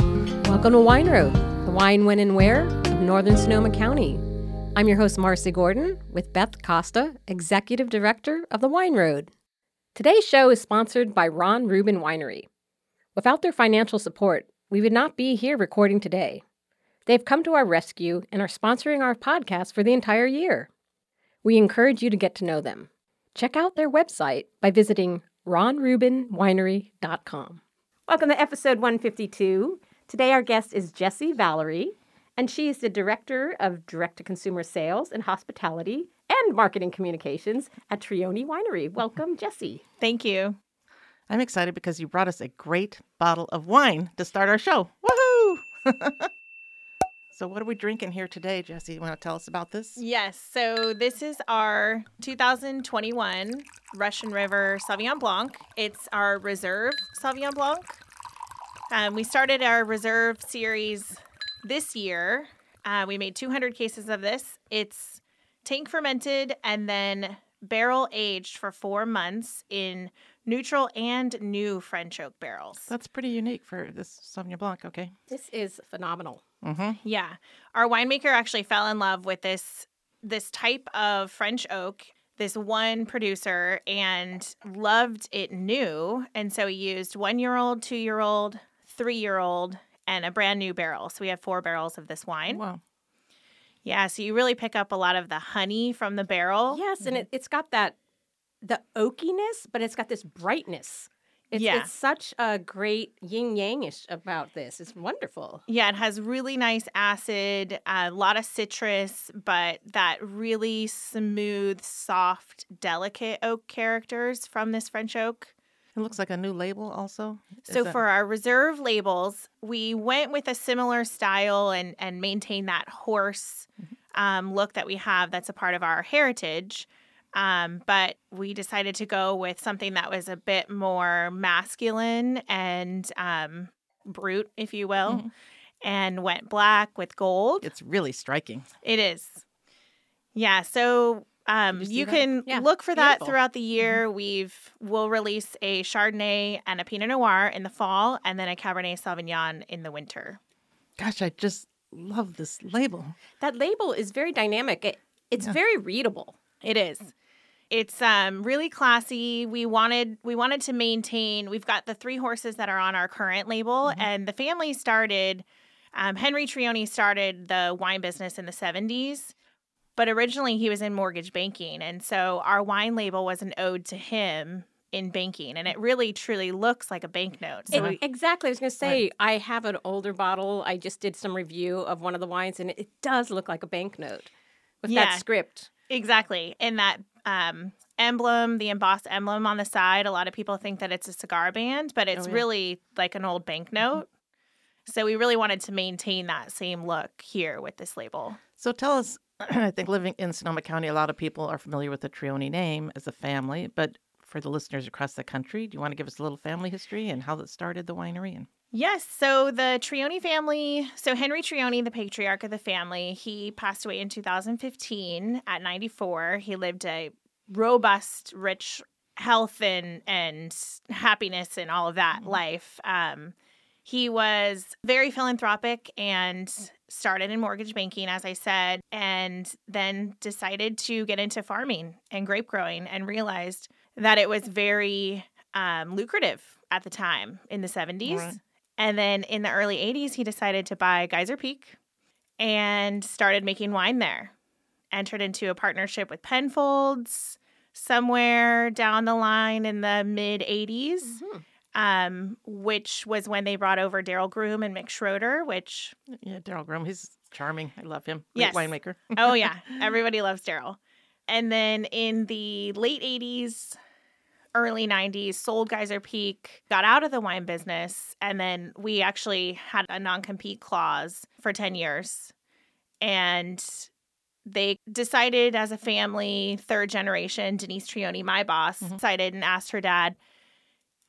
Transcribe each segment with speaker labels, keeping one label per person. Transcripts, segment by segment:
Speaker 1: Welcome to Wine Road, the wine, when, and where of Northern Sonoma County. I'm your host, Marcy Gordon, with Beth Costa, Executive Director of the Wine Road. Today's show is sponsored by Ron Rubin Winery. Without their financial support, we would not be here recording today. They've come to our rescue and are sponsoring our podcast for the entire year. We encourage you to get to know them. Check out their website by visiting ronrubinwinery.com. Welcome to episode 152. Today, our guest is Jessie Valerie, and she is the Director of Direct to Consumer Sales and Hospitality and Marketing Communications at Trioni Winery. Welcome, Jessie.
Speaker 2: Thank you.
Speaker 3: I'm excited because you brought us a great bottle of wine to start our show. Woohoo! so, what are we drinking here today, Jesse? You want to tell us about this?
Speaker 2: Yes. So this is our 2021 Russian River Sauvignon Blanc. It's our reserve Sauvignon Blanc. Um, we started our reserve series this year. Uh, we made 200 cases of this. It's tank fermented and then barrel aged for four months in neutral and new French oak barrels.
Speaker 3: That's pretty unique for this Sauvignon Blanc. Okay.
Speaker 1: This is phenomenal.
Speaker 3: Mm-hmm.
Speaker 2: Yeah. Our winemaker actually fell in love with this this type of French oak, this one producer and loved it new, and so he used 1-year-old, 2-year-old, 3-year-old and a brand new barrel. So we have four barrels of this wine.
Speaker 3: Wow.
Speaker 2: Yeah, so you really pick up a lot of the honey from the barrel.
Speaker 1: Yes, and it, it's got that the oakiness, but it's got this brightness. It's,
Speaker 2: Yeah.
Speaker 1: it's such a great yin yangish about this. It's wonderful.
Speaker 2: Yeah, it has really nice acid, a lot of citrus, but that really smooth, soft, delicate oak characters from this French oak.
Speaker 3: It looks like a new label, also. Is
Speaker 2: So
Speaker 3: that-
Speaker 2: for our reserve labels, we went with a similar style and and maintained that horse
Speaker 3: Mm-hmm.
Speaker 2: um, look that we have. That's a part of our heritage. Um, but we decided to go with something that was a bit more masculine and um, brute, if you will,
Speaker 3: Mhm.
Speaker 2: and went black with gold.
Speaker 3: it's really striking.
Speaker 2: It is. Yeah. So um,
Speaker 3: Did you see
Speaker 2: you
Speaker 3: that? Mm-hmm.
Speaker 2: can
Speaker 1: Yeah,
Speaker 2: look for that
Speaker 1: beautiful.
Speaker 2: throughout the year. We've we'll release a Chardonnay and a Pinot Noir in the fall, and then a Cabernet Sauvignon in the winter.
Speaker 3: Gosh, I just love this label.
Speaker 1: That label is very dynamic. It, it's very readable.
Speaker 2: It is. It's um, really classy. We wanted we wanted to maintain. We've got the three horses that are on our current label, and the family started. Um, Henry Trioni started the wine business in the '70s, but originally he was in mortgage banking, and so our wine label was an ode to him in banking, and it really truly looks like a banknote. So
Speaker 1: It-
Speaker 2: we-
Speaker 1: exactly. I was going to say,
Speaker 3: Right.
Speaker 1: I have an older bottle. I just did some review of one of the wines, and it, it does look like a banknote with
Speaker 2: Yeah.
Speaker 1: that script.
Speaker 2: Exactly. And that um, emblem, the embossed emblem on the side, a lot of people think that it's a cigar band, but it's
Speaker 3: Oh, yeah.
Speaker 2: really like an old banknote. So we really wanted to maintain that same look here with this label.
Speaker 3: So tell us, I think living in Sonoma County, a lot of people are familiar with the Trioni name as a family, but for the listeners across the country, do you want to give us a little family history and how that started the winery? And
Speaker 2: Yes. So the Trioni family, so Henry Trioni, the patriarch of the family, he passed away in 2015 at 94. He lived a robust, rich health and and happiness and all of that
Speaker 3: Mhm.
Speaker 2: life. Um, he was very philanthropic and started in mortgage banking, as I said, and then decided to get into farming and grape growing and realized that it was very um, lucrative at the time in the 70s.
Speaker 3: Right.
Speaker 2: And then in the early 80s, he decided to buy Geyser Peak and started making wine there. Entered into a partnership with Penfolds somewhere down the line in the mid 80s um, which was when they brought over Daryl Groom and Mick Schroeder, which,
Speaker 3: yeah, Daryl Groom, he's charming. I love him.
Speaker 2: Yes.
Speaker 3: Great winemaker.
Speaker 2: oh, yeah, everybody loves Daryl. And then in the late 80s, early 90s, sold Geyser Peak, got out of the wine business. And then we actually had a non compete clause for 10 years. And they decided as a family, third generation, Denise Trioni, my boss,
Speaker 3: Mhm.
Speaker 2: decided and asked her dad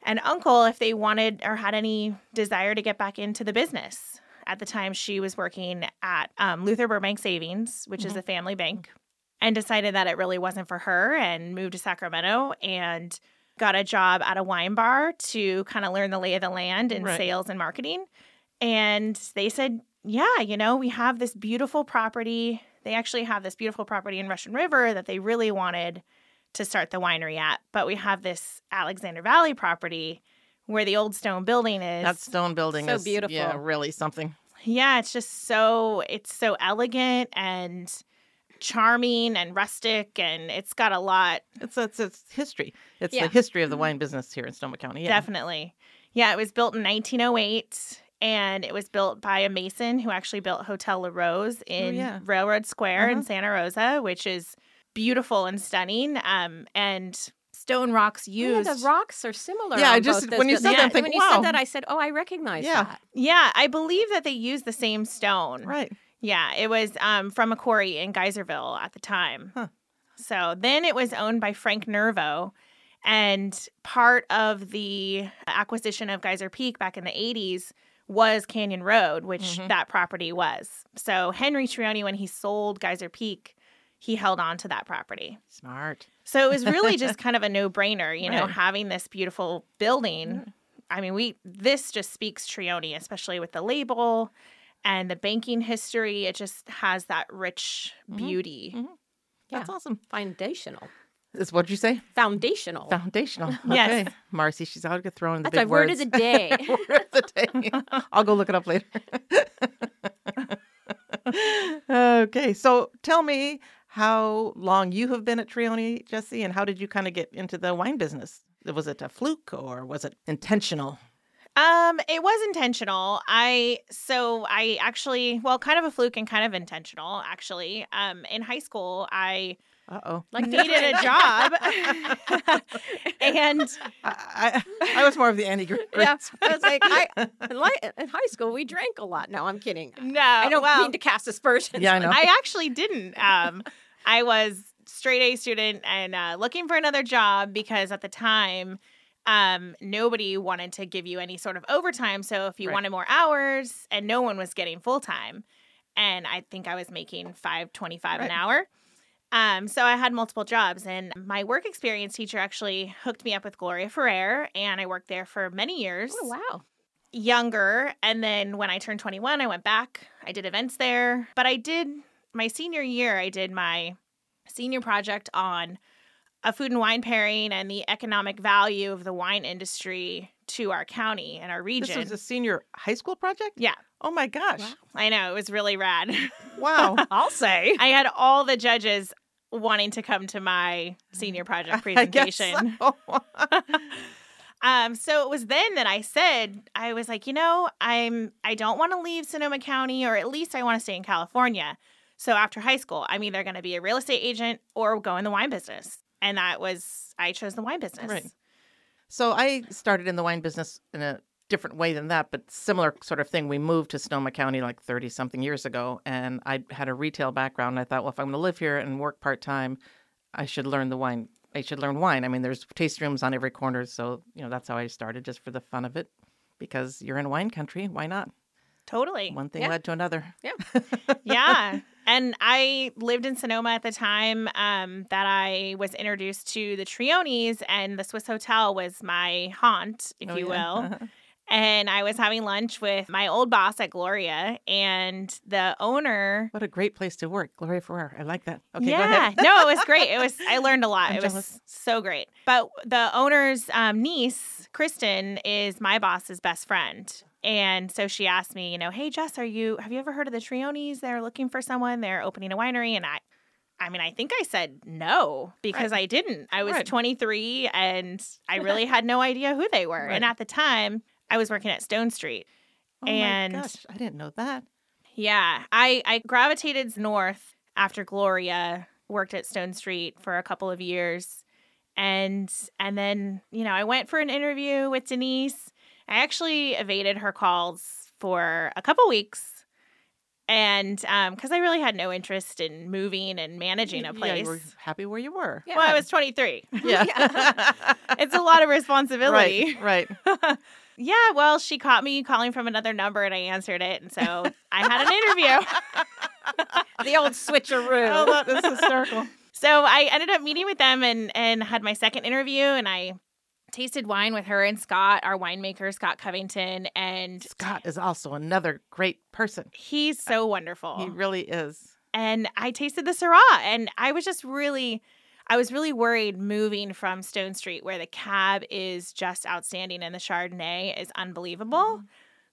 Speaker 2: and uncle if they wanted or had any desire to get back into the business. At the time, she was working at um, Luther Burbank Savings, which is
Speaker 3: Mhm.
Speaker 2: a family bank, and decided that it really wasn't for her and moved to Sacramento and got a job at a wine bar to kind of learn the lay of the land in
Speaker 3: Right.
Speaker 2: sales and marketing And they said, yeah, you know, we have this beautiful property. They actually have this beautiful property in Russian River that they really wanted to start the winery at. But we have this Alexander Valley property where the old stone building is.
Speaker 3: That stone building
Speaker 1: So
Speaker 3: is
Speaker 1: beautiful.
Speaker 3: Yeah, really something.
Speaker 2: Yeah, it's just so it's so elegant and charming and rustic and it's got a lot
Speaker 3: It's it's, it's history. It's
Speaker 1: Yeah.
Speaker 3: the history of the wine business here in Sonoma County. Yeah.
Speaker 2: definitely. Yeah, it was built in 1908 and it was built by a mason who actually built Hotel La Rose in
Speaker 3: Oh, yeah.
Speaker 2: Railroad Square in
Speaker 3: Uh-huh.
Speaker 2: Santa Rosa, which is beautiful and stunning um and stone rocks
Speaker 3: Oh,
Speaker 1: Yeah,
Speaker 2: used.
Speaker 1: the rocks are similar.
Speaker 3: Yeah, I
Speaker 1: on
Speaker 3: just-
Speaker 1: both those
Speaker 3: when you
Speaker 1: buil-
Speaker 3: said
Speaker 2: that, I'm
Speaker 1: when
Speaker 3: thinking,
Speaker 1: you said
Speaker 3: wow.
Speaker 1: that, I said, "Oh, I recognize
Speaker 3: Yeah.
Speaker 1: that."
Speaker 2: yeah, I believe that they used the same stone.
Speaker 3: Right.
Speaker 2: Yeah, it was um, from a quarry in Geyserville at the time.
Speaker 3: Huh.
Speaker 2: So then it was owned by Frank Nervo. And part of the acquisition of Geyser Peak back in the 80s was Canyon Road, which
Speaker 3: Mhm.
Speaker 2: that property was. So Henry Trioni, when he sold Geyser Peak, he held on to that property.
Speaker 3: Smart.
Speaker 2: So it was really just kind of a no brainer, you know,
Speaker 3: Right.
Speaker 2: having this beautiful
Speaker 1: Mm-hmm.
Speaker 2: building. I mean, we this just speaks Trioni, especially with the label and the banking history. It just has that rich
Speaker 1: Mm-hmm.
Speaker 3: Mhm.
Speaker 2: beauty.
Speaker 3: Mhm. That's
Speaker 1: Yeah.
Speaker 3: awesome.
Speaker 1: Foundational.
Speaker 3: That's what you say?
Speaker 1: Foundational.
Speaker 3: Foundational.
Speaker 2: Yes.
Speaker 3: Okay. Marcy, she's already throwing the
Speaker 1: That's
Speaker 3: big
Speaker 1: my word of the
Speaker 3: words.
Speaker 1: day.
Speaker 3: Word of the day. I'll go look it up later. okay. So tell me how long you have been at Trioni, Jesse, and how did you kind of get into the wine business? Was it a fluke or was it intentional?
Speaker 2: Um, it was intentional. I so I actually well, kind of a fluke and kind of intentional actually. Um, in high school, I
Speaker 3: Uh oh.
Speaker 1: like
Speaker 2: needed a job, and
Speaker 3: I, I, I was more of the Annie Gr-
Speaker 1: yeah, I was like, I, in, li- in high school we drank a lot. No, I'm kidding.
Speaker 2: no,
Speaker 1: I don't
Speaker 2: well,
Speaker 1: mean to cast aspersions.
Speaker 3: Yeah, I know.
Speaker 2: I actually didn't. Um, I was straight A student and uh, looking for another job because at the time, um, nobody wanted to give you any sort of overtime. So if you
Speaker 3: Right.
Speaker 2: wanted more hours, and no one was getting full time, and I think I was making five twenty five
Speaker 3: Right.
Speaker 2: an hour. Um, so I had multiple jobs, and my work experience teacher actually hooked me up with Gloria Ferrer, and I worked there for many years
Speaker 1: Oh, wow.
Speaker 2: younger. And then when I turned 21, I went back. I did events there. But I did my senior year, I did my senior project on a food and wine pairing and the economic value of the wine industry to our county and our
Speaker 3: This
Speaker 2: region.
Speaker 3: was a senior high school project?
Speaker 2: yeah,
Speaker 3: Oh my gosh.
Speaker 2: I know. It was really rad.
Speaker 3: Wow.
Speaker 1: I'll say.
Speaker 2: I had all the judges wanting to come to my senior project
Speaker 3: I guess
Speaker 2: presentation.
Speaker 3: so.
Speaker 2: Um, so it was then that I said, I was like, you know, I'm I don't want to leave Sonoma County, or at least I want to stay in California. So after high school, I'm either going to be a real estate agent or go in the wine business. And that was I chose the wine business.
Speaker 3: Right. So I started in the wine business in a different way than that, but similar sort of thing. We moved to Sonoma County like 30 something years ago, and I had a retail background. And I thought, well, if I'm going to live here and work part time, I should learn the wine. I should learn wine. I mean, there's taste rooms on every corner. So, you know, that's how I started just for the fun of it because you're in wine country. Why not?
Speaker 2: Totally.
Speaker 3: One thing
Speaker 1: Yeah.
Speaker 3: led to another.
Speaker 2: yeah. And I lived in Sonoma at the time um, that I was introduced to the Trionis, and the Swiss Hotel was my haunt, if
Speaker 3: Oh,
Speaker 2: you
Speaker 3: yeah.
Speaker 2: will. and I was having lunch with my old boss at Gloria and the owner.
Speaker 3: what a great place to work. Gloria Ferrer. I like that. Okay, go
Speaker 2: yeah,
Speaker 3: ahead.
Speaker 2: no, it was great. It was I learned a lot.
Speaker 3: I'm
Speaker 2: it was
Speaker 3: jealous.
Speaker 2: so great. But the owner's um, niece, Kristen, is my boss's best friend. And so she asked me, you know, hey Jess, are you have you ever heard of the Trionis? They're looking for someone. They're opening a winery, and I, I mean, I think I said no because I didn't. I was
Speaker 3: Right.
Speaker 2: 23, and I really had no idea who they were. And
Speaker 3: Right.
Speaker 2: at the time, I was working at Stone Street.
Speaker 3: Oh
Speaker 2: And-
Speaker 3: my gosh, I didn't know that.
Speaker 2: Yeah, I I gravitated north after Gloria worked at Stone Street for a couple of years, and and then you know I went for an interview with Denise. I actually evaded her calls for a couple weeks, and because I really had no interest in moving and managing a
Speaker 3: Yeah,
Speaker 2: place.
Speaker 3: you were happy where you were.
Speaker 1: Yeah.
Speaker 2: well, I was 23.
Speaker 3: yeah.
Speaker 2: It's a lot of responsibility.
Speaker 3: Right, right.
Speaker 2: Yeah, well, she caught me calling from another number and I answered it. And so I had an interview.
Speaker 1: The old switcheroo.
Speaker 3: Oh, that is hysterical.
Speaker 2: So I ended up meeting with them and and had my second interview and I tasted wine with her and Scott, our winemaker, Scott Covington. And
Speaker 3: Scott is also another great person.
Speaker 2: he's so wonderful.
Speaker 3: He really is.
Speaker 2: and I tasted the Syrah, and I was just really, I was really worried moving from Stone Street, where the cab is just outstanding and the Chardonnay is unbelievable,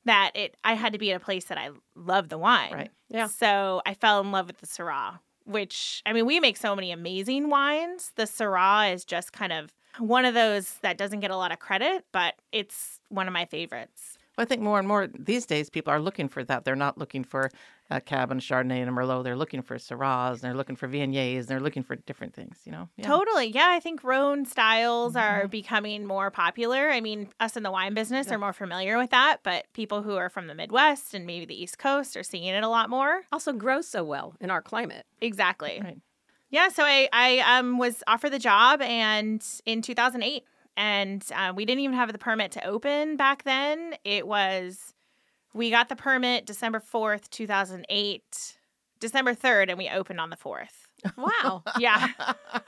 Speaker 2: that it I had to be at a place that I love the wine.
Speaker 3: Right.
Speaker 1: Yeah.
Speaker 2: So I fell in love with the Syrah, which I mean, we make so many amazing wines. The Syrah is just kind of one of those that doesn't get a lot of credit, but it's one of my favorites.
Speaker 3: Well, I think more and more these days people are looking for that. They're not looking for a cab and a Chardonnay and a Merlot. They're looking for Syrahs and they're looking for Viogniers and they're looking for different things, you know? Yeah. Mm-hmm.
Speaker 2: Totally. Yeah, I think Rhone styles are becoming more popular. I mean, us in the wine business are more familiar with that, but people who are from the Midwest and maybe the East Coast are seeing it a lot more.
Speaker 1: Also grows so well in our climate.
Speaker 2: Exactly.
Speaker 3: Right.
Speaker 2: Yeah, so I, I um, was offered the job and in 2008, and uh, we didn't even have the permit to open back then. It was, we got the permit December 4th, 2008, December 3rd, and we opened on the 4th.
Speaker 1: Wow.
Speaker 2: Yeah.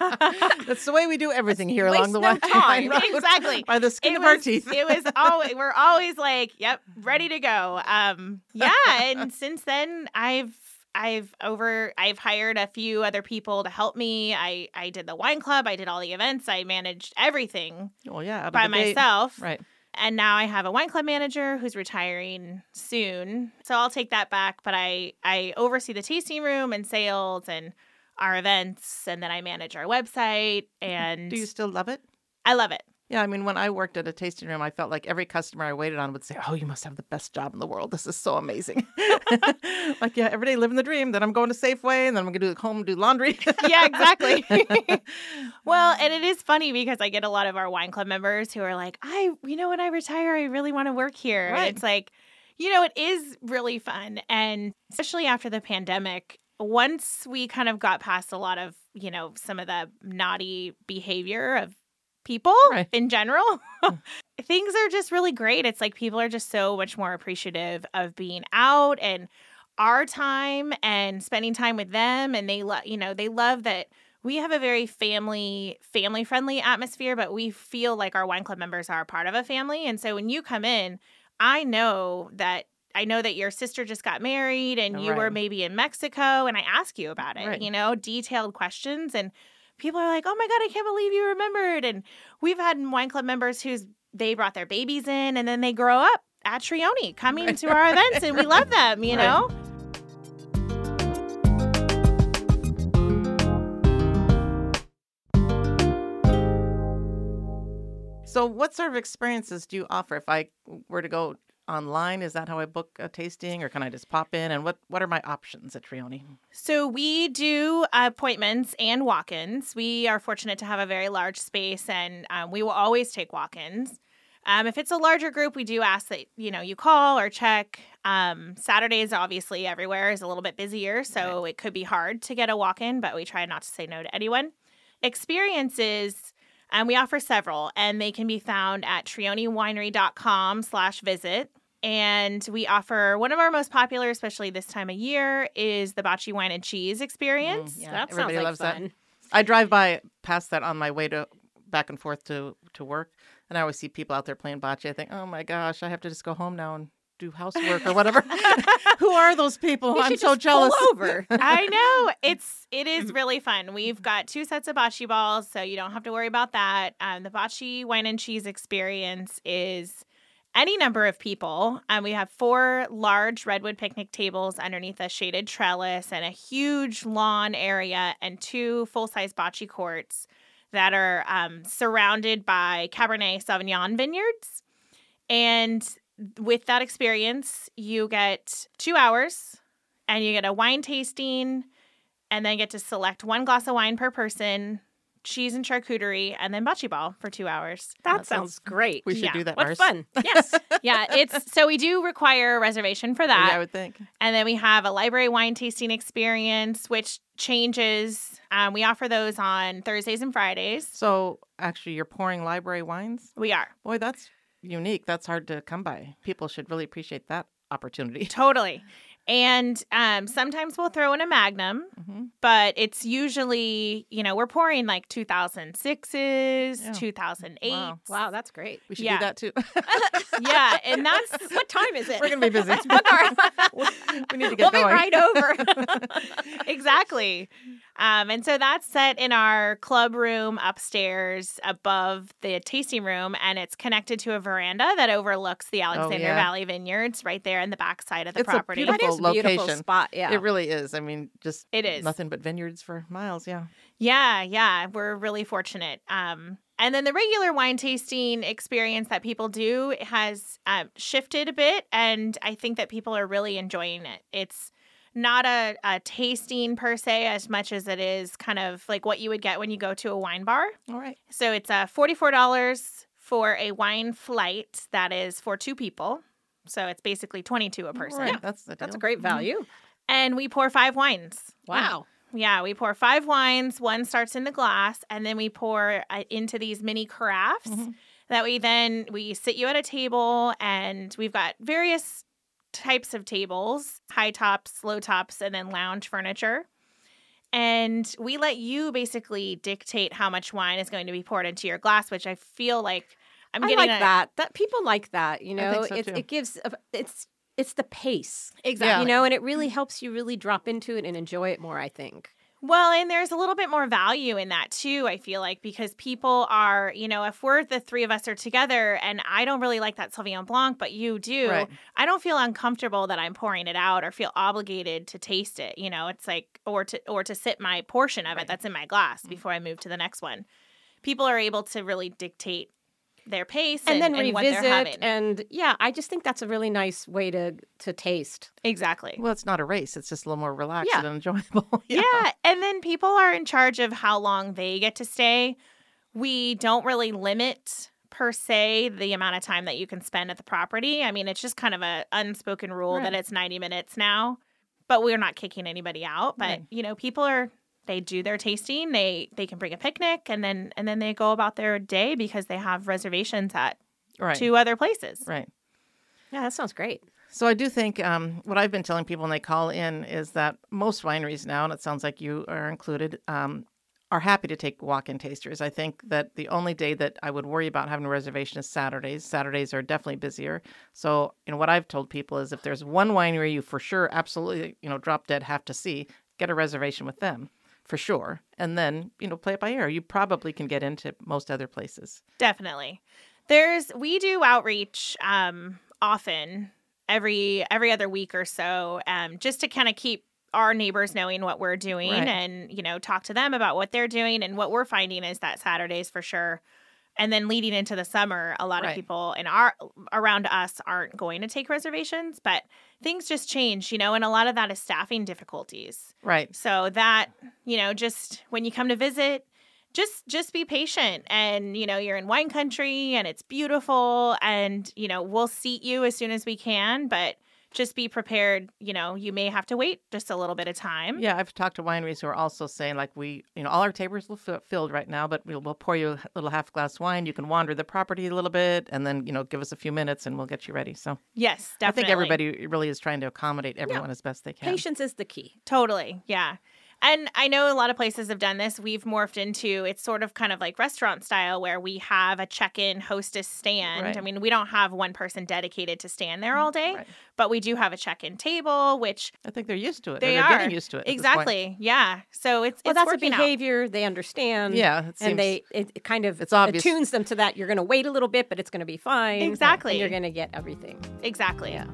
Speaker 3: That's the way we do everything here
Speaker 2: Waste
Speaker 3: along the
Speaker 2: no
Speaker 3: wine-
Speaker 2: time.
Speaker 3: wine road.
Speaker 2: Exactly.
Speaker 3: By the skin
Speaker 2: it
Speaker 3: of
Speaker 2: was,
Speaker 3: our teeth.
Speaker 2: it was always we're always like, yep, ready to go. Um, yeah, and since then I've I've over I've hired a few other people to help me. I I did the wine club, I did all the events, I managed everything
Speaker 3: Well, yeah. out of
Speaker 2: by
Speaker 3: the gate.
Speaker 2: myself.
Speaker 3: Right.
Speaker 2: And now I have a wine club manager who's retiring soon. So I'll take that back, but I I oversee the tasting room and sales and our events and then I manage our website and
Speaker 3: Do you still love it?
Speaker 2: I love it.
Speaker 3: Yeah, I mean, when I worked at a tasting room, I felt like every customer I waited on would say, "Oh, you must have the best job in the world. This is so amazing." like, yeah, every day living the dream. Then I'm going to Safeway, and then I'm going to do home do laundry.
Speaker 2: yeah, exactly. well, and it is funny because I get a lot of our wine club members who are like, I, you know, when I retire, I really want to work here. And
Speaker 3: Right.
Speaker 2: it's like, you know, it is really fun. And especially after the pandemic, once we kind of got past a lot of, you know, some of the naughty behavior of people
Speaker 3: Right. Hmm.
Speaker 2: in general, things are just really great. It's like people are just so much more appreciative of being out and our time and spending time with them and they love you know they love that we have a very family family friendly atmosphere but we feel like our wine club members are a part of a family and so when you come in i know that i know that your sister just got married and you were
Speaker 3: Right.
Speaker 2: maybe in mexico and i ask you about it
Speaker 3: Right.
Speaker 2: you know detailed questions and people are like oh my god i can't believe you remembered and we've had wine club members who's they brought their babies in and then they grow up at trioni coming
Speaker 3: Right,
Speaker 2: to our events and we love them you
Speaker 3: Right.
Speaker 2: know
Speaker 3: so, what sort of experiences do you offer? If I were to go online, is that how I book a tasting, or can I just pop in? And what what are my options at Trioni?
Speaker 2: So we do appointments and walk-ins. We are fortunate to have a very large space, and um, we will always take walk-ins. Um, if it's a larger group, we do ask that you know you call or check. Um, Saturdays, obviously, everywhere is a little bit busier, so it could be hard to get a walk-in, but we try not to say no to anyone. Experiences, and we offer several, and they can be found at trioniwinery.com/visit. And we offer one of our most popular, especially this time of year, is the Bocce Wine and Cheese experience.
Speaker 3: yeah.
Speaker 1: that
Speaker 3: everybody
Speaker 1: sounds like
Speaker 3: loves that.
Speaker 1: fun.
Speaker 3: I drive by past that on my way to back and forth to to work, and I always see people out there playing bocce. I think, oh my gosh, I have to just go home now and do housework or whatever. Who are those people?
Speaker 1: You
Speaker 3: I'm
Speaker 1: should
Speaker 3: so
Speaker 1: just
Speaker 3: jealous.
Speaker 1: Pull over.
Speaker 2: I know it's it is really fun. We've got two sets of bocce balls, so you don't have to worry about that. Um, the bocce wine and cheese experience is any number of people, and we have four large redwood picnic tables underneath a shaded trellis and a huge lawn area and two full size bocce courts that are um, surrounded by Cabernet Sauvignon vineyards. And with that experience, you get two hours and you get a wine tasting and then get to select one glass of wine per person, cheese and charcuterie, and then bocce ball for two hours.
Speaker 1: That,
Speaker 3: That
Speaker 1: sounds
Speaker 3: sounds-
Speaker 1: great.
Speaker 3: We should
Speaker 2: Yeah.
Speaker 3: do that.
Speaker 1: what
Speaker 3: Mars.
Speaker 1: fun.
Speaker 2: Yes. yeah. It's so we do require a reservation for that.
Speaker 3: Yeah, I would think.
Speaker 2: And then we have a library wine tasting experience, which changes. Um, we offer those on Thursdays and Fridays.
Speaker 3: So actually, you're pouring library wines.
Speaker 2: We are.
Speaker 3: Boy, that's unique. That's hard to come by. People should really appreciate that opportunity.
Speaker 2: Totally. And um, sometimes we'll throw in a magnum,
Speaker 3: hmm
Speaker 2: but it's usually, you know, we're pouring like 2006s,
Speaker 3: Yeah.
Speaker 2: 2008.
Speaker 3: Wow.
Speaker 1: Wow, that's great.
Speaker 3: We should
Speaker 2: Yeah.
Speaker 3: do that too.
Speaker 2: Yeah. And that's
Speaker 1: What time is it?
Speaker 3: We're gonna be busy.
Speaker 1: Let's book our-
Speaker 3: we need to
Speaker 1: we'll
Speaker 3: get
Speaker 1: be
Speaker 3: going.
Speaker 1: right over.
Speaker 2: exactly. Um, and so that's set in our club room upstairs above the tasting room, and it's connected to a veranda that overlooks the Alexander
Speaker 3: Oh, yeah.
Speaker 2: Valley Vineyards right there in the backside of the
Speaker 3: It's a
Speaker 2: property.
Speaker 1: that is a beautiful
Speaker 3: location.
Speaker 1: spot. Yeah.
Speaker 3: It really is. I mean, just
Speaker 2: It is.
Speaker 3: nothing but vineyards for miles. Yeah.
Speaker 2: Yeah, yeah, we're really fortunate. Um, and then the regular wine tasting experience that people do has um, shifted a bit, and I think that people are really enjoying it. It's not a, a tasting per se as much as it is kind of like what you would get when you go to a wine bar.
Speaker 3: All right.
Speaker 2: So it's uh, $44 for a wine flight that is for two people. So it's basically 22 a person.
Speaker 3: All right. That's the
Speaker 1: That's a
Speaker 3: deal.
Speaker 1: great value.
Speaker 2: And we pour five wines.
Speaker 1: Wow.
Speaker 2: Yeah, we pour five wines. One starts in the glass, and then we pour uh, into these mini carafes
Speaker 1: Mm-hmm.
Speaker 3: Mhm.
Speaker 2: that we then we sit you at a table, and we've got various types of tables: high tops, low tops, and then lounge furniture. And we let you basically dictate how much wine is going to be poured into your glass, which I feel like I'm
Speaker 1: i
Speaker 2: getting
Speaker 1: like
Speaker 2: a-
Speaker 1: that. That people like that. You
Speaker 3: I think
Speaker 1: know,
Speaker 3: so,
Speaker 1: it's,
Speaker 3: too.
Speaker 1: it gives a, it's it's the pace.
Speaker 2: exactly.
Speaker 1: You know, and it really helps you really drop into it and enjoy it more. I think.
Speaker 2: Well, and there's a little bit more value in that too, I feel like, because people are, you know, if we're the three of us are together and I don't really like that Sauvignon Blanc, but you do,
Speaker 3: Right.
Speaker 2: I don't feel uncomfortable that I'm pouring it out or feel obligated to taste it, you know, it's like or to or to sip my portion of it that's in my glass before I move to the next one. People are able to really dictate their pace
Speaker 1: and
Speaker 2: and,
Speaker 1: then
Speaker 2: and what they're
Speaker 1: revisit
Speaker 2: having.
Speaker 1: and yeah i just think that's a really nice way to to taste
Speaker 2: exactly.
Speaker 3: Well, it's not a race. It's just a little more relaxed
Speaker 1: Yeah.
Speaker 3: and enjoyable.
Speaker 2: Yeah. And then people are in charge of how long they get to stay. We don't really limit per se the amount of time that you can spend at the property. I mean, it's just kind of a unspoken rule that
Speaker 3: Right.
Speaker 2: it's 90 minutes now. But we're not kicking anybody out, but
Speaker 3: Right.
Speaker 2: you know, people are they do their tasting, they they can bring a picnic and then and then they go about their day because they have reservations at
Speaker 3: Right.
Speaker 2: two other places.
Speaker 3: Right.
Speaker 1: yeah that sounds great
Speaker 3: So I do think um, what I've been telling people when they call in is that most wineries now, and it sounds like you are included, um, are happy to take walk-in tasters. I think that the only day that I would worry about having a reservation is Saturdays. Saturdays are definitely busier. So, you know, what I've told people is if there's one winery you for sure, absolutely, you know, drop dead have to see, get a reservation with them for sure, and then you know, play it by ear. You probably can get into most other places.
Speaker 2: Definitely. There's we do outreach um often every every other week or so um just to kind of keep our neighbors knowing what we're doing
Speaker 3: Right.
Speaker 2: and you know talk to them about what they're doing and what we're finding is that Saturdays for sure and then leading into the summer a lot of
Speaker 3: Right.
Speaker 2: people in our around us aren't going to take reservations but things just change you know and a lot of that is staffing difficulties
Speaker 3: Right.
Speaker 2: so that, you know, just when you come to visit, just just be patient and you know, you're in wine country and it's beautiful and you know, we'll seat you as soon as we can, but just be prepared, you know, you may have to wait just a little bit of time.
Speaker 3: Yeah, I've talked to wineries who are also saying like we, you know, all our tables are fi- filled right now, but we'll, we'll pour you a little half glass wine. You can wander the property a little bit, and then you know, give us a few minutes, and we'll get you ready. So
Speaker 2: Yes,
Speaker 3: I
Speaker 2: definitely.
Speaker 3: think everybody really is trying to accommodate everyone as best they can.
Speaker 1: patience is the key
Speaker 2: Totally. Yeah. And I know a lot of places have done this. We've morphed into it's sort of kind of like restaurant style where we have a check in hostess stand.
Speaker 3: Right. Mm,
Speaker 2: I mean, we don't have one person dedicated to stand there all day,
Speaker 3: Right.
Speaker 2: but we do have a check in table, which
Speaker 3: I think they're used to it. or
Speaker 2: They
Speaker 3: they're
Speaker 2: are.
Speaker 3: getting used to it. at this point.
Speaker 2: exactly. Yeah. So it's,
Speaker 1: well
Speaker 2: it's
Speaker 1: that's a
Speaker 2: working out.
Speaker 1: behavior they understand
Speaker 3: Yeah, it seems-
Speaker 1: and they it it kind of
Speaker 3: It's obvious.
Speaker 1: attunes them to that you're going to wait a little bit but it's going to be fine
Speaker 2: Exactly.
Speaker 1: and you're going to get everything
Speaker 2: Exactly.
Speaker 1: Yeah.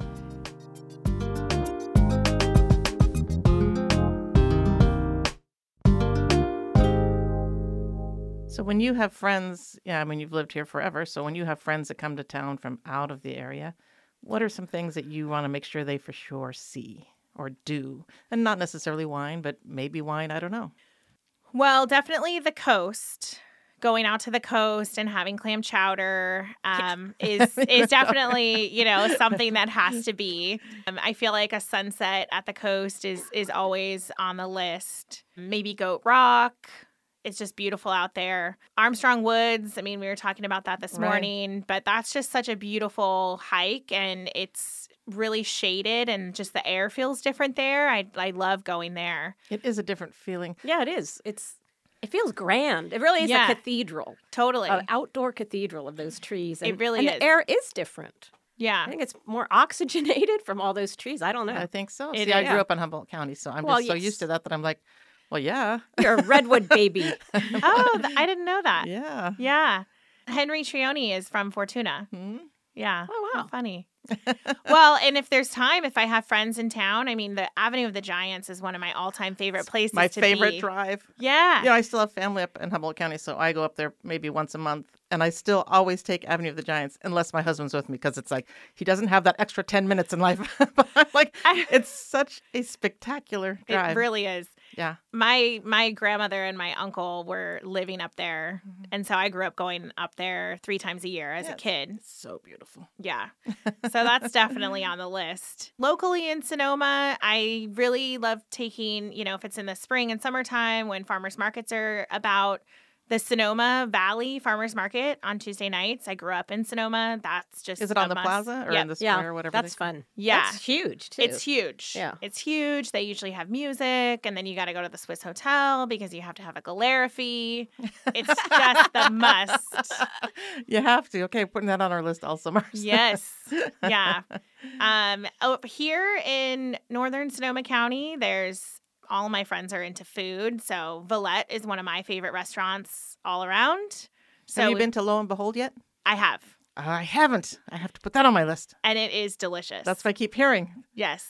Speaker 3: So when you have friends, yeah, I mean you've lived here forever. So when you have friends that come to town from out of the area, what are some things that you want to make sure they for sure see or do, and not necessarily wine, but maybe wine? I don't know.
Speaker 2: Well, definitely the coast. Going out to the coast and having clam chowder um, is is definitely you know something that has to be. Um, I feel like a sunset at the coast is is always on the list. Maybe Goat Rock. It's just beautiful out there. Armstrong Woods. I mean, we were talking about that this
Speaker 3: Right.
Speaker 2: morning, but that's just such a beautiful hike, and it's really shaded and just the air feels different there. I I love going there.
Speaker 3: It is a different feeling.
Speaker 1: Yeah, it is. It's it feels grand. It really is
Speaker 2: Yeah.
Speaker 1: a cathedral,
Speaker 2: Totally.
Speaker 1: an outdoor cathedral of those trees.
Speaker 2: It
Speaker 1: And,
Speaker 2: really
Speaker 1: and
Speaker 2: is.
Speaker 1: the air is different. I
Speaker 2: yeah.
Speaker 1: think it's more oxygenated from all those trees. I don't know.
Speaker 3: I think so.
Speaker 2: It
Speaker 3: See, I grew
Speaker 1: is.
Speaker 3: up in Humboldt County, so I'm
Speaker 1: Well,
Speaker 3: just so
Speaker 1: yes.
Speaker 3: used to that that I'm like, well, yeah,
Speaker 1: You're a redwood baby.
Speaker 2: Oh, th- I didn't know that. Yeah.
Speaker 3: yeah.
Speaker 2: Henry Trioni is from Fortuna.
Speaker 3: Hmm?
Speaker 2: Yeah.
Speaker 1: Oh
Speaker 2: How
Speaker 1: wow.
Speaker 2: funny. well, and if there's time, if I have friends in town, I mean, the Avenue of the Giants is one of my all-time favorite places.
Speaker 3: My
Speaker 2: to
Speaker 3: favorite
Speaker 2: be.
Speaker 3: drive.
Speaker 2: Yeah.
Speaker 3: You know, I still have family up in Humboldt County, so I go up there maybe once a month, and I still always take Avenue of the Giants unless my husband's with me because it's like he doesn't have that extra ten minutes in life. but I'm like,
Speaker 2: I-
Speaker 3: it's such a spectacular drive.
Speaker 2: It really is.
Speaker 3: yeah.
Speaker 2: My my grandmother and my uncle were living up there, and so I grew up going up there three times a year as a
Speaker 3: Mm-hmm. Yes.
Speaker 2: kid.
Speaker 3: So beautiful.
Speaker 2: Yeah. So that's definitely on the list. Locally in Sonoma, I really love taking, you know, if it's in the spring and summertime when farmers markets are about the Sonoma Valley Farmers Market on Tuesday nights. I grew up in Sonoma. That's just
Speaker 3: Is it on
Speaker 2: a
Speaker 3: the
Speaker 2: must.
Speaker 3: plaza or
Speaker 2: Yep.
Speaker 3: in the square
Speaker 1: Yeah,
Speaker 3: or whatever?
Speaker 1: that's
Speaker 3: they-
Speaker 1: fun.
Speaker 2: Yeah.
Speaker 1: That's huge too.
Speaker 2: It's huge.
Speaker 1: Yeah.
Speaker 2: It's huge. They usually have music, and then you got to go to the Swiss Hotel because you have to have a Galerafy. It's just the must.
Speaker 3: you have to. Okay, putting that on our list also, Mars.
Speaker 2: Yes. Yeah. Um, up here in northern Sonoma County, there's all my friends are into food. So Valette is one of my favorite restaurants all around. So
Speaker 3: have you been to Lo and Behold yet?
Speaker 2: I have,
Speaker 3: I haven't. I have to put that on my list.
Speaker 2: and it is delicious.
Speaker 3: That's what I keep hearing.
Speaker 2: Yes.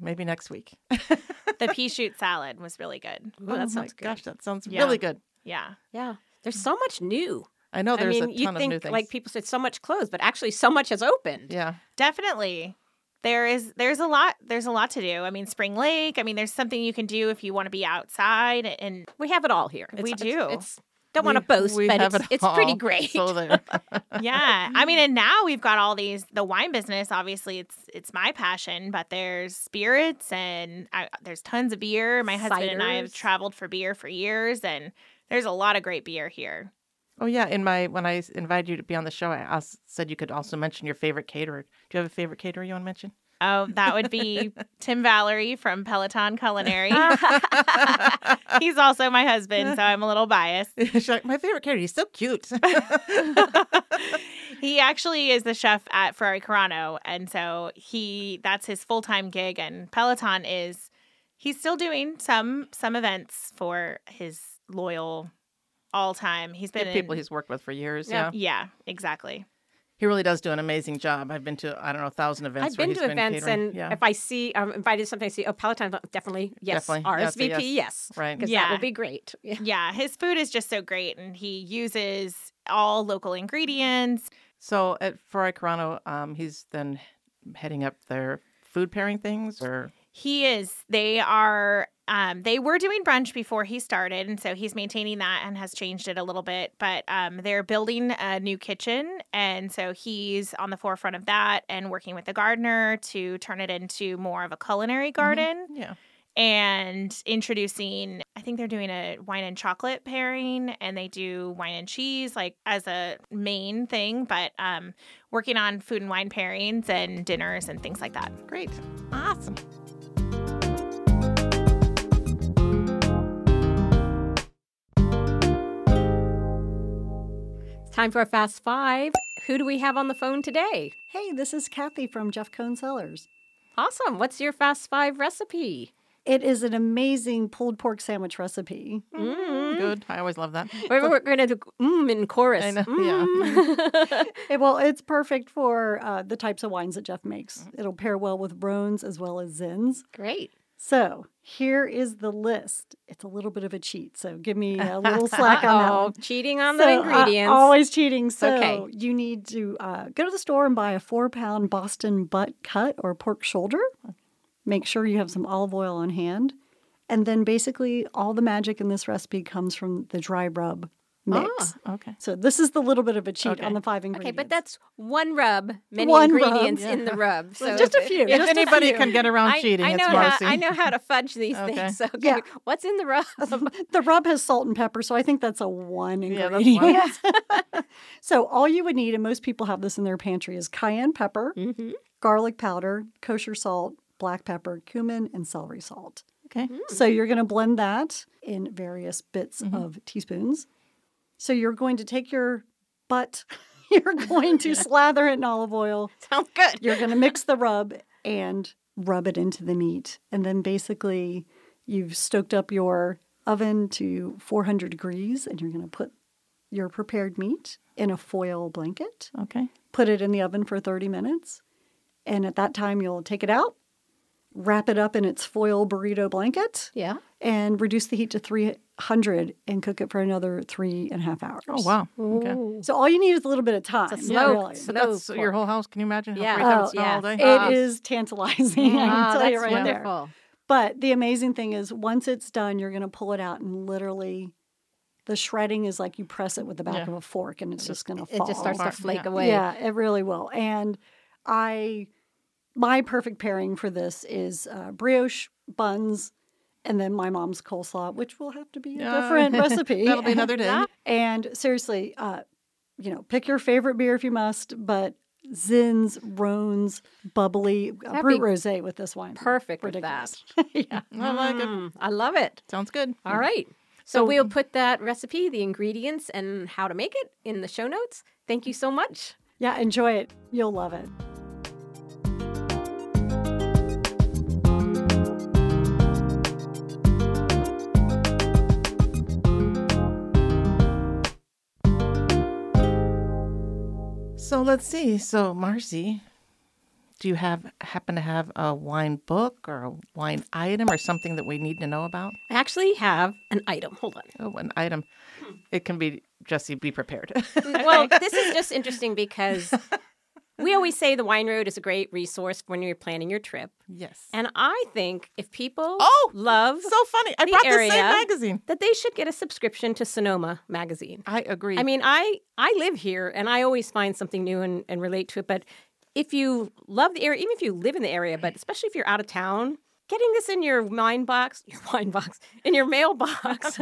Speaker 3: Maybe next week.
Speaker 2: The pea shoot salad was really good.
Speaker 1: Oh, that
Speaker 3: my
Speaker 1: sounds good.
Speaker 3: Gosh, that sounds
Speaker 2: Yeah.
Speaker 3: really good.
Speaker 2: Yeah.
Speaker 1: Yeah. Oh, There's so much new.
Speaker 3: I know
Speaker 1: I
Speaker 3: there's
Speaker 1: mean,
Speaker 3: a
Speaker 1: you
Speaker 3: ton of new
Speaker 1: think
Speaker 3: things.
Speaker 1: like people said so much closed, but actually so much has opened.
Speaker 3: yeah,
Speaker 2: Definitely. There is there's a lot there's a lot to do. I mean, Spring Lake, I mean, there's something you can do if you want to be outside and
Speaker 1: We have it all here.
Speaker 2: We
Speaker 1: It's-
Speaker 2: do.
Speaker 1: It's, it's- don't want to
Speaker 3: We-
Speaker 1: boast,
Speaker 3: we
Speaker 1: but
Speaker 3: have
Speaker 1: it's,
Speaker 3: it
Speaker 1: it's pretty
Speaker 3: all.
Speaker 1: great.
Speaker 3: So there.
Speaker 2: yeah i mean and now we've got all these the wine business obviously it's it's my passion but there's spirits and I, there's tons of beer my husband and i have
Speaker 1: Ciders.
Speaker 2: traveled for beer for years and there's a lot of great beer here
Speaker 3: oh yeah, in my when I s- invited you to be on the show, I asked, said you could also mention your favorite caterer. Do you have a favorite caterer you want to mention?
Speaker 2: oh that would be tim valerie from peloton culinary he's also my husband so i'm a little biased
Speaker 3: She's like, my favorite caterer. He's so cute.
Speaker 2: he actually is the chef at Ferrari Carano, and so he that's his full time gig. And Peloton is he's still doing some some events for his loyal all time. He's been in,
Speaker 3: people he's worked with for years.
Speaker 1: Yeah.
Speaker 3: Yeah.
Speaker 2: yeah, exactly.
Speaker 3: he really does do an amazing job. I've been to I don't know a thousand events.
Speaker 1: I've
Speaker 3: where
Speaker 1: been
Speaker 3: he's
Speaker 1: to events,
Speaker 3: catering.
Speaker 1: and
Speaker 3: yeah,
Speaker 1: if I see I'm invited to something, I see oh Peloton, definitely yes,
Speaker 3: Definitely. Yes, a
Speaker 1: RSVP, yes,
Speaker 3: right.
Speaker 1: because that
Speaker 2: Yeah.
Speaker 1: will be great. Yeah.
Speaker 2: Yeah, his food is just so great, and he uses all local ingredients.
Speaker 3: So at Ferrari Carano, um, he's then heading up their food pairing things, or
Speaker 2: He is. They are. Um, they were doing brunch before he started, and so he's maintaining that and has changed it a little bit. But um, they're building a new kitchen, and so he's on the forefront of that and working with the gardener to turn it into more of a culinary
Speaker 1: Mm-hmm.
Speaker 2: garden
Speaker 3: yeah,
Speaker 2: and introducing. I think they're doing a wine and chocolate pairing, and they do wine and cheese like as a main thing. But um, working on food and wine pairings and dinners and things like that.
Speaker 3: great, awesome.
Speaker 1: It's time for a fast five. Who do we have on the phone today?
Speaker 4: Hey, this is Kathy from Jeff Cone Cellars.
Speaker 1: Awesome. What's your fast five recipe?
Speaker 4: It is an amazing pulled pork sandwich recipe.
Speaker 3: Good. I always love that.
Speaker 1: We're, Mm. we're going to do mm in chorus.
Speaker 3: I know,
Speaker 1: Mm.
Speaker 4: It- well, it's perfect for uh, the types of wines that Jeff makes. It'll pair well with Brones as well as Zins.
Speaker 1: great.
Speaker 4: So here is the list. It's a little bit of a cheat, so give me a little slack on that.
Speaker 1: Oh,
Speaker 4: one.
Speaker 1: cheating on
Speaker 4: So,
Speaker 1: the
Speaker 4: uh,
Speaker 1: ingredients.
Speaker 4: always cheating. So
Speaker 1: Okay.
Speaker 4: you need to uh, go to the store and buy a four pound Boston butt cut or pork shoulder. Make sure you have some olive oil on hand. And then basically, all the magic in this recipe comes from the dry rub. mix.
Speaker 3: Okay.
Speaker 4: So this is the little bit of a cheat
Speaker 3: Okay.
Speaker 4: on the five ingredients.
Speaker 1: Ah. Okay, but that's one rub, many
Speaker 4: One rub,
Speaker 1: ingredients
Speaker 3: yeah.
Speaker 1: in the rub. So
Speaker 4: just a
Speaker 1: if-
Speaker 4: few.
Speaker 3: If
Speaker 4: just a
Speaker 3: anybody
Speaker 4: few.
Speaker 3: can get around
Speaker 2: I,
Speaker 3: cheating,
Speaker 2: I
Speaker 3: it's
Speaker 2: know how
Speaker 3: Marcy.
Speaker 2: I know how to fudge these
Speaker 3: Okay.
Speaker 2: things. Okay.
Speaker 4: Yeah.
Speaker 1: What's in the rub?
Speaker 4: the rub has salt and pepper, so I think that's a one
Speaker 3: Yeah,
Speaker 4: ingredient.
Speaker 3: that's one.
Speaker 4: so all you would need, and most people have this in their pantry, is cayenne pepper,
Speaker 1: Mm-hmm.
Speaker 4: garlic powder, kosher salt, black pepper, cumin, and celery salt.
Speaker 3: Okay.
Speaker 4: So you're going to blend that in various bits of teaspoons. So you're going to take your butt, you're going to slather it in olive oil,
Speaker 1: Sounds good.
Speaker 4: you're going to mix the rub and rub it into the meat. And then basically, you've stoked up your oven to 400 degrees and you're going to put your prepared meat in a foil blanket,
Speaker 3: Okay.
Speaker 4: put it in the oven for 30 minutes. And at that time, you'll take it out, wrap it up in its foil burrito blanket,
Speaker 1: Yeah.
Speaker 4: and reduce the heat to 300 and cook it for another three and a half hours.
Speaker 3: Oh wow. Okay.
Speaker 1: Ooh.
Speaker 4: So all you need is a little bit of time.
Speaker 1: It's a slow,
Speaker 4: really.
Speaker 1: slow
Speaker 3: But that's
Speaker 1: pour.
Speaker 3: your whole house. Can you imagine how
Speaker 1: Yeah.
Speaker 3: great that
Speaker 4: Oh,
Speaker 3: would smell all
Speaker 1: yes.
Speaker 3: day?
Speaker 1: Ah.
Speaker 4: It is tantalizing. I
Speaker 1: Ah,
Speaker 4: can tell
Speaker 1: that's
Speaker 4: you right there.
Speaker 1: wonderful.
Speaker 4: But the amazing thing is, once it's done, you're going to pull it out and literally, the shredding is like you press it with the back
Speaker 3: Yeah.
Speaker 4: of a fork, and it's just going to
Speaker 1: It
Speaker 4: fall.
Speaker 1: just starts to
Speaker 3: Far-
Speaker 1: flake
Speaker 3: yeah.
Speaker 1: away.
Speaker 4: Yeah, it really will. And I, my perfect pairing for this is uh, brioche buns, and then my mom's coleslaw, which will have to be a
Speaker 3: Yeah.
Speaker 4: different recipe.
Speaker 3: That'll be another day.
Speaker 4: And seriously, uh, you know, pick your favorite beer if you must, but Zinn's, Rhone's, bubbly uh,
Speaker 1: That'd
Speaker 4: brut
Speaker 1: be
Speaker 4: rosé with this wine.
Speaker 1: Perfect with
Speaker 4: Ridiculous.
Speaker 1: that.
Speaker 4: yeah.
Speaker 3: I like it.
Speaker 1: Mm, I love it.
Speaker 3: Oh, Sounds good.
Speaker 1: All right. So,
Speaker 3: So-
Speaker 1: we'll put that recipe, the ingredients, and how to make it in the show notes. Thank you so much.
Speaker 4: Yeah, enjoy it. You'll love it.
Speaker 3: So let's see. So Marcy, do you have happen to have a wine book or a wine item or something that we need to know about?
Speaker 1: I actually have an item. Hold on.
Speaker 3: Oh, an item. It can be Jesse. Be prepared.
Speaker 1: Well, this is just interesting because we always say the wine road is a great resource when you're planning your trip.
Speaker 3: yes.
Speaker 1: And I think if people
Speaker 3: Oh,
Speaker 1: love
Speaker 3: so funny. I
Speaker 1: the
Speaker 3: brought the
Speaker 1: area.
Speaker 3: same magazine.
Speaker 1: that they should get a subscription to Sonoma magazine.
Speaker 3: I agree.
Speaker 1: I mean, I I live here and I always find something new and, and relate to it. But if you love the area, even if you live in the area, but especially if you're out of town, getting this in your wine box, your wine box, in your mailbox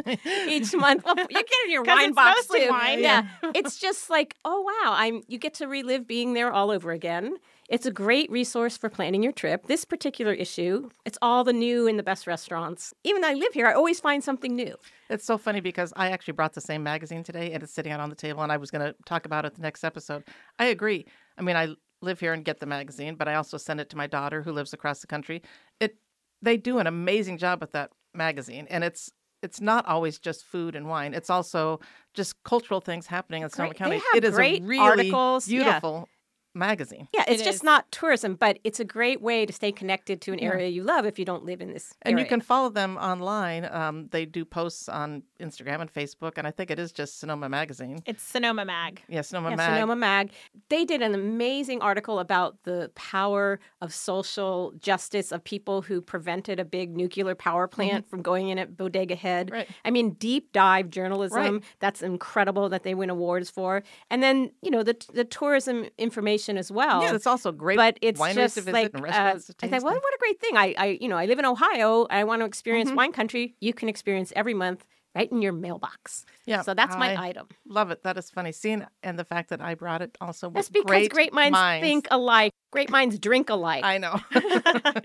Speaker 1: each month. Well, you get it in your
Speaker 2: 'Cause
Speaker 1: wine
Speaker 2: it's
Speaker 1: box
Speaker 2: mostly
Speaker 1: too.
Speaker 2: wine.
Speaker 1: Yeah. it's just like, oh wow, I'm you get to relive being there all over again. It's a great resource for planning your trip. This particular issue, it's all the new and the best restaurants. Even though I live here, I always find something new.
Speaker 3: It's so funny because I actually brought the same magazine today and it's sitting out on the table and I was going to talk about it the next episode. I agree. I mean, I live here and get the magazine, but I also send it to my daughter who lives across the country. It they do an amazing job with that magazine and it's it's not always just food and wine. It's also just cultural things happening in Sonoma
Speaker 1: Great- they
Speaker 3: County.
Speaker 1: have
Speaker 3: it is
Speaker 1: great
Speaker 3: a really
Speaker 1: articles, yeah.
Speaker 3: beautiful magazine.
Speaker 1: Yeah, it's
Speaker 2: It
Speaker 1: just
Speaker 2: is.
Speaker 1: not tourism, but it's a great way to stay connected to an area you love if you don't live in this
Speaker 3: And
Speaker 1: area.
Speaker 3: you can follow them online. Um, they do posts on Instagram and Facebook, and I think it is just Sonoma Magazine.
Speaker 2: It's Sonoma Mag.
Speaker 3: Yeah, Sonoma
Speaker 1: yeah,
Speaker 3: Mag.
Speaker 1: Sonoma Mag. They did an amazing article about the power of social justice of people who prevented a big nuclear power plant from going in at Bodega Head.
Speaker 3: Mm-hmm. Right.
Speaker 1: I mean, deep dive journalism. That's incredible that they win awards for. And then you know the the tourism information as well.
Speaker 3: Yeah, it's also great.
Speaker 1: but it's
Speaker 3: wineries
Speaker 1: just
Speaker 3: to visit
Speaker 1: like
Speaker 3: and
Speaker 1: uh,
Speaker 3: restaurants to
Speaker 1: I
Speaker 3: taste
Speaker 1: thought, well,
Speaker 3: and-
Speaker 1: what a great thing! I, I, you know, I live in Ohio. I want to
Speaker 3: Mm-hmm.
Speaker 1: experience wine country. You can experience every month right in your mailbox.
Speaker 3: Yeah,
Speaker 1: so that's my
Speaker 3: I-
Speaker 1: item.
Speaker 3: love it. That is funny. Seeing and the fact that I brought it also was
Speaker 1: That's because great,
Speaker 3: great.
Speaker 1: minds, think alike. Great minds drink alike.
Speaker 3: I know.
Speaker 2: I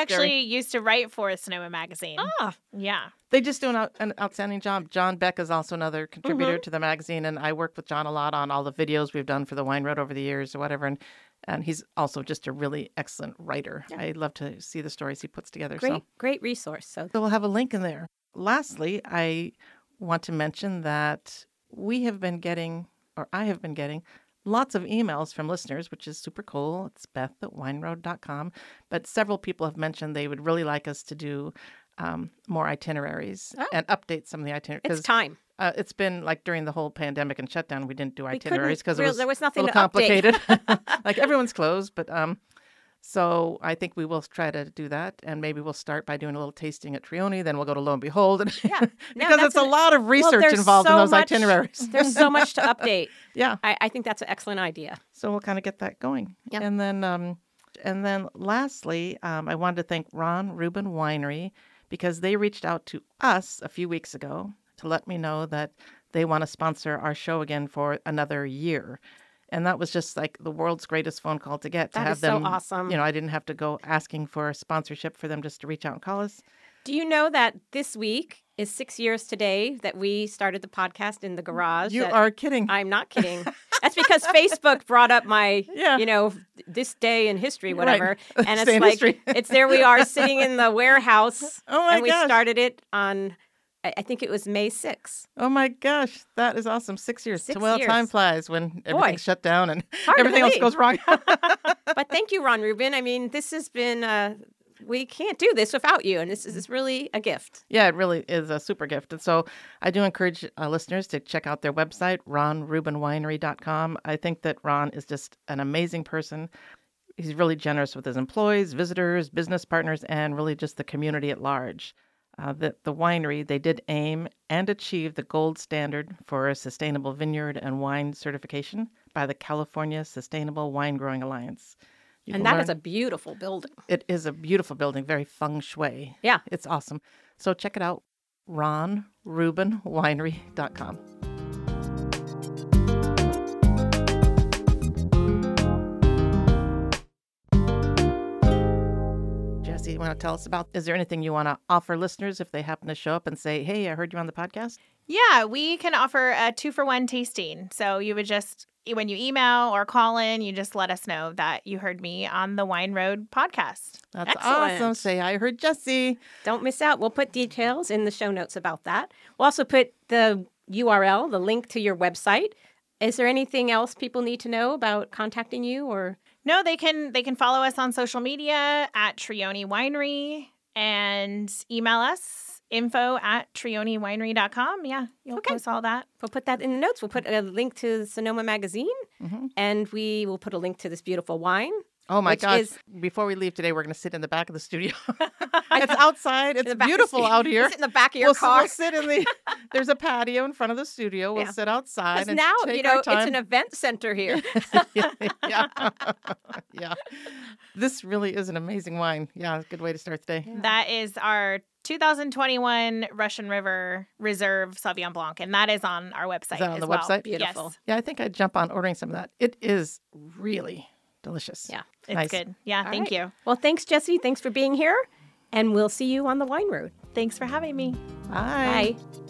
Speaker 2: actually used to write for Sonoma Magazine.
Speaker 1: ah,
Speaker 2: Yeah.
Speaker 3: they just do an, out, an outstanding job. John Beck is also another contributor
Speaker 1: Mm-hmm.
Speaker 3: to the magazine, and I work with John a lot on all the videos we've done for the Wine Road over the years or whatever. And and he's also just a really excellent writer. I love to see the stories he puts together.
Speaker 1: great,
Speaker 3: So.
Speaker 1: great resource. So
Speaker 3: So we'll have a link in there. Lastly, I want to mention that we have been getting, or I have been getting, lots of emails from listeners, which is super cool. It's beth at wineroad.com. But several people have mentioned they would really like us to do um, more itineraries
Speaker 1: Oh.
Speaker 3: and update some of the itineraries.
Speaker 1: it's time.
Speaker 3: Uh, it's been like during the whole pandemic and shutdown, we didn't do
Speaker 1: couldn't
Speaker 3: itineraries because
Speaker 1: real-
Speaker 3: it was
Speaker 1: there was
Speaker 3: a
Speaker 1: nothing
Speaker 3: little
Speaker 1: to update.
Speaker 3: complicated. like everyone's closed, but um, So I think we will try to do that, and maybe we'll start by doing a little tasting at Trioni. Then we'll go to Lo and Behold, and
Speaker 2: Yeah. No,
Speaker 3: because
Speaker 2: that's
Speaker 3: it's a
Speaker 2: an-
Speaker 3: lot of research
Speaker 1: there's
Speaker 3: involved
Speaker 1: so
Speaker 3: in those
Speaker 1: much-
Speaker 3: itineraries.
Speaker 1: There's so much to update.
Speaker 3: yeah,
Speaker 1: I, I think that's an excellent idea.
Speaker 3: so we'll kind of get that going.
Speaker 1: Yep.
Speaker 3: And then, um, and then lastly, um, I wanted to thank Ron Rubin Winery because they reached out to us a few weeks ago to let me know that they want to sponsor our show again for another year. And that was just like the world's greatest phone call to get to
Speaker 1: That
Speaker 3: have
Speaker 1: is so
Speaker 3: them.
Speaker 1: awesome.
Speaker 3: You know, I didn't have to go asking for a sponsorship for them just to reach out and call us.
Speaker 1: Do you know that this week is six years today that we started the podcast in the garage?
Speaker 3: You
Speaker 1: that-
Speaker 3: are kidding.
Speaker 1: I'm not kidding. That's because Facebook brought up my,
Speaker 3: Yeah.
Speaker 1: you know, this day in history,
Speaker 3: Right.
Speaker 1: whatever. And it's
Speaker 3: Day in
Speaker 1: like,
Speaker 3: history.
Speaker 1: it's there we are sitting in the warehouse.
Speaker 3: Oh my
Speaker 1: and we
Speaker 3: gosh.
Speaker 1: started it on, I I think it was May 6th.
Speaker 3: Oh my gosh, that is awesome. Six years.
Speaker 1: Six
Speaker 3: well,
Speaker 1: years.
Speaker 3: time flies when everything's shut down and
Speaker 1: Hard to
Speaker 3: everything else
Speaker 1: believe.
Speaker 3: goes wrong.
Speaker 1: But thank you, Ron Rubin. I mean, this has been, uh, we can't do this without you. And this is it's really a gift.
Speaker 3: Yeah, it really is a super gift. And so I do encourage uh, listeners to check out their website, ronrubinwinery.com. I think that Ron is just an amazing person. He's really generous with his employees, visitors, business partners, and really just the community at large. Uh, the, the winery, they did aim and achieve the gold standard for a sustainable vineyard and wine certification by the California Sustainable Wine Growing Alliance. You
Speaker 1: and
Speaker 3: can
Speaker 1: that is
Speaker 3: learn-
Speaker 1: a beautiful building.
Speaker 3: it is a beautiful building, very feng shui.
Speaker 1: Yeah.
Speaker 3: It's awesome. So check it out, ronrubinwinery.com. Jesse, you want to tell us about? Is there anything you want to offer listeners if they happen to show up and say, hey, I heard you on the podcast?
Speaker 2: Yeah, we can offer a two for one tasting. So you would just, e, when you email or call in, you just let us know that you heard me on the Wine Road podcast.
Speaker 3: That's awesome.
Speaker 1: Excellent.
Speaker 3: Say, I heard Jesse.
Speaker 1: Don't miss out. We'll put details in the show notes about that. We'll also put the URL, the link to your website. Is there anything else people need to know about contacting you or
Speaker 2: No, they can they can follow us on social media at Trioni Winery and email us info at trioniwinery.com. Yeah, you'll
Speaker 1: Okay.
Speaker 2: post all that.
Speaker 1: we'll put that in the notes. We'll put a link to Sonoma magazine
Speaker 3: Mm-hmm.
Speaker 1: and we will put a link to this beautiful wine.
Speaker 3: Oh my
Speaker 1: Which
Speaker 3: gosh.
Speaker 1: is-
Speaker 3: Before we leave today, we're going to sit in the back of the studio. it's outside. It's
Speaker 1: the back of the
Speaker 3: beautiful
Speaker 1: studio.
Speaker 3: out here.
Speaker 1: Sit in the back of your
Speaker 3: we'll, s-
Speaker 1: car.
Speaker 3: we'll sit in the. There's a patio in front of the studio. We'll
Speaker 1: Yeah.
Speaker 3: sit outside
Speaker 1: Because
Speaker 3: and
Speaker 1: now,
Speaker 3: take
Speaker 1: you know,
Speaker 3: our
Speaker 1: it's an
Speaker 3: time.
Speaker 1: event center here.
Speaker 3: yeah. yeah, this really is an amazing wine. Yeah, good way to start the day.
Speaker 2: That is our 2021 Russian River Reserve Sauvignon Blanc, and that is on our website.
Speaker 3: Is that on
Speaker 2: as
Speaker 3: the
Speaker 2: well.
Speaker 3: website?
Speaker 1: Beautiful.
Speaker 2: Yes,
Speaker 3: Yeah, I think I'd jump on ordering some of that. It is really delicious.
Speaker 1: Yeah.
Speaker 2: it's
Speaker 3: Nice.
Speaker 2: good. Yeah,
Speaker 1: All
Speaker 2: thank
Speaker 1: right.
Speaker 2: you.
Speaker 1: Well, thanks, Jesse. Thanks for being here. And we'll see you on the wine road.
Speaker 2: Thanks for having me.
Speaker 3: Bye.
Speaker 1: Bye.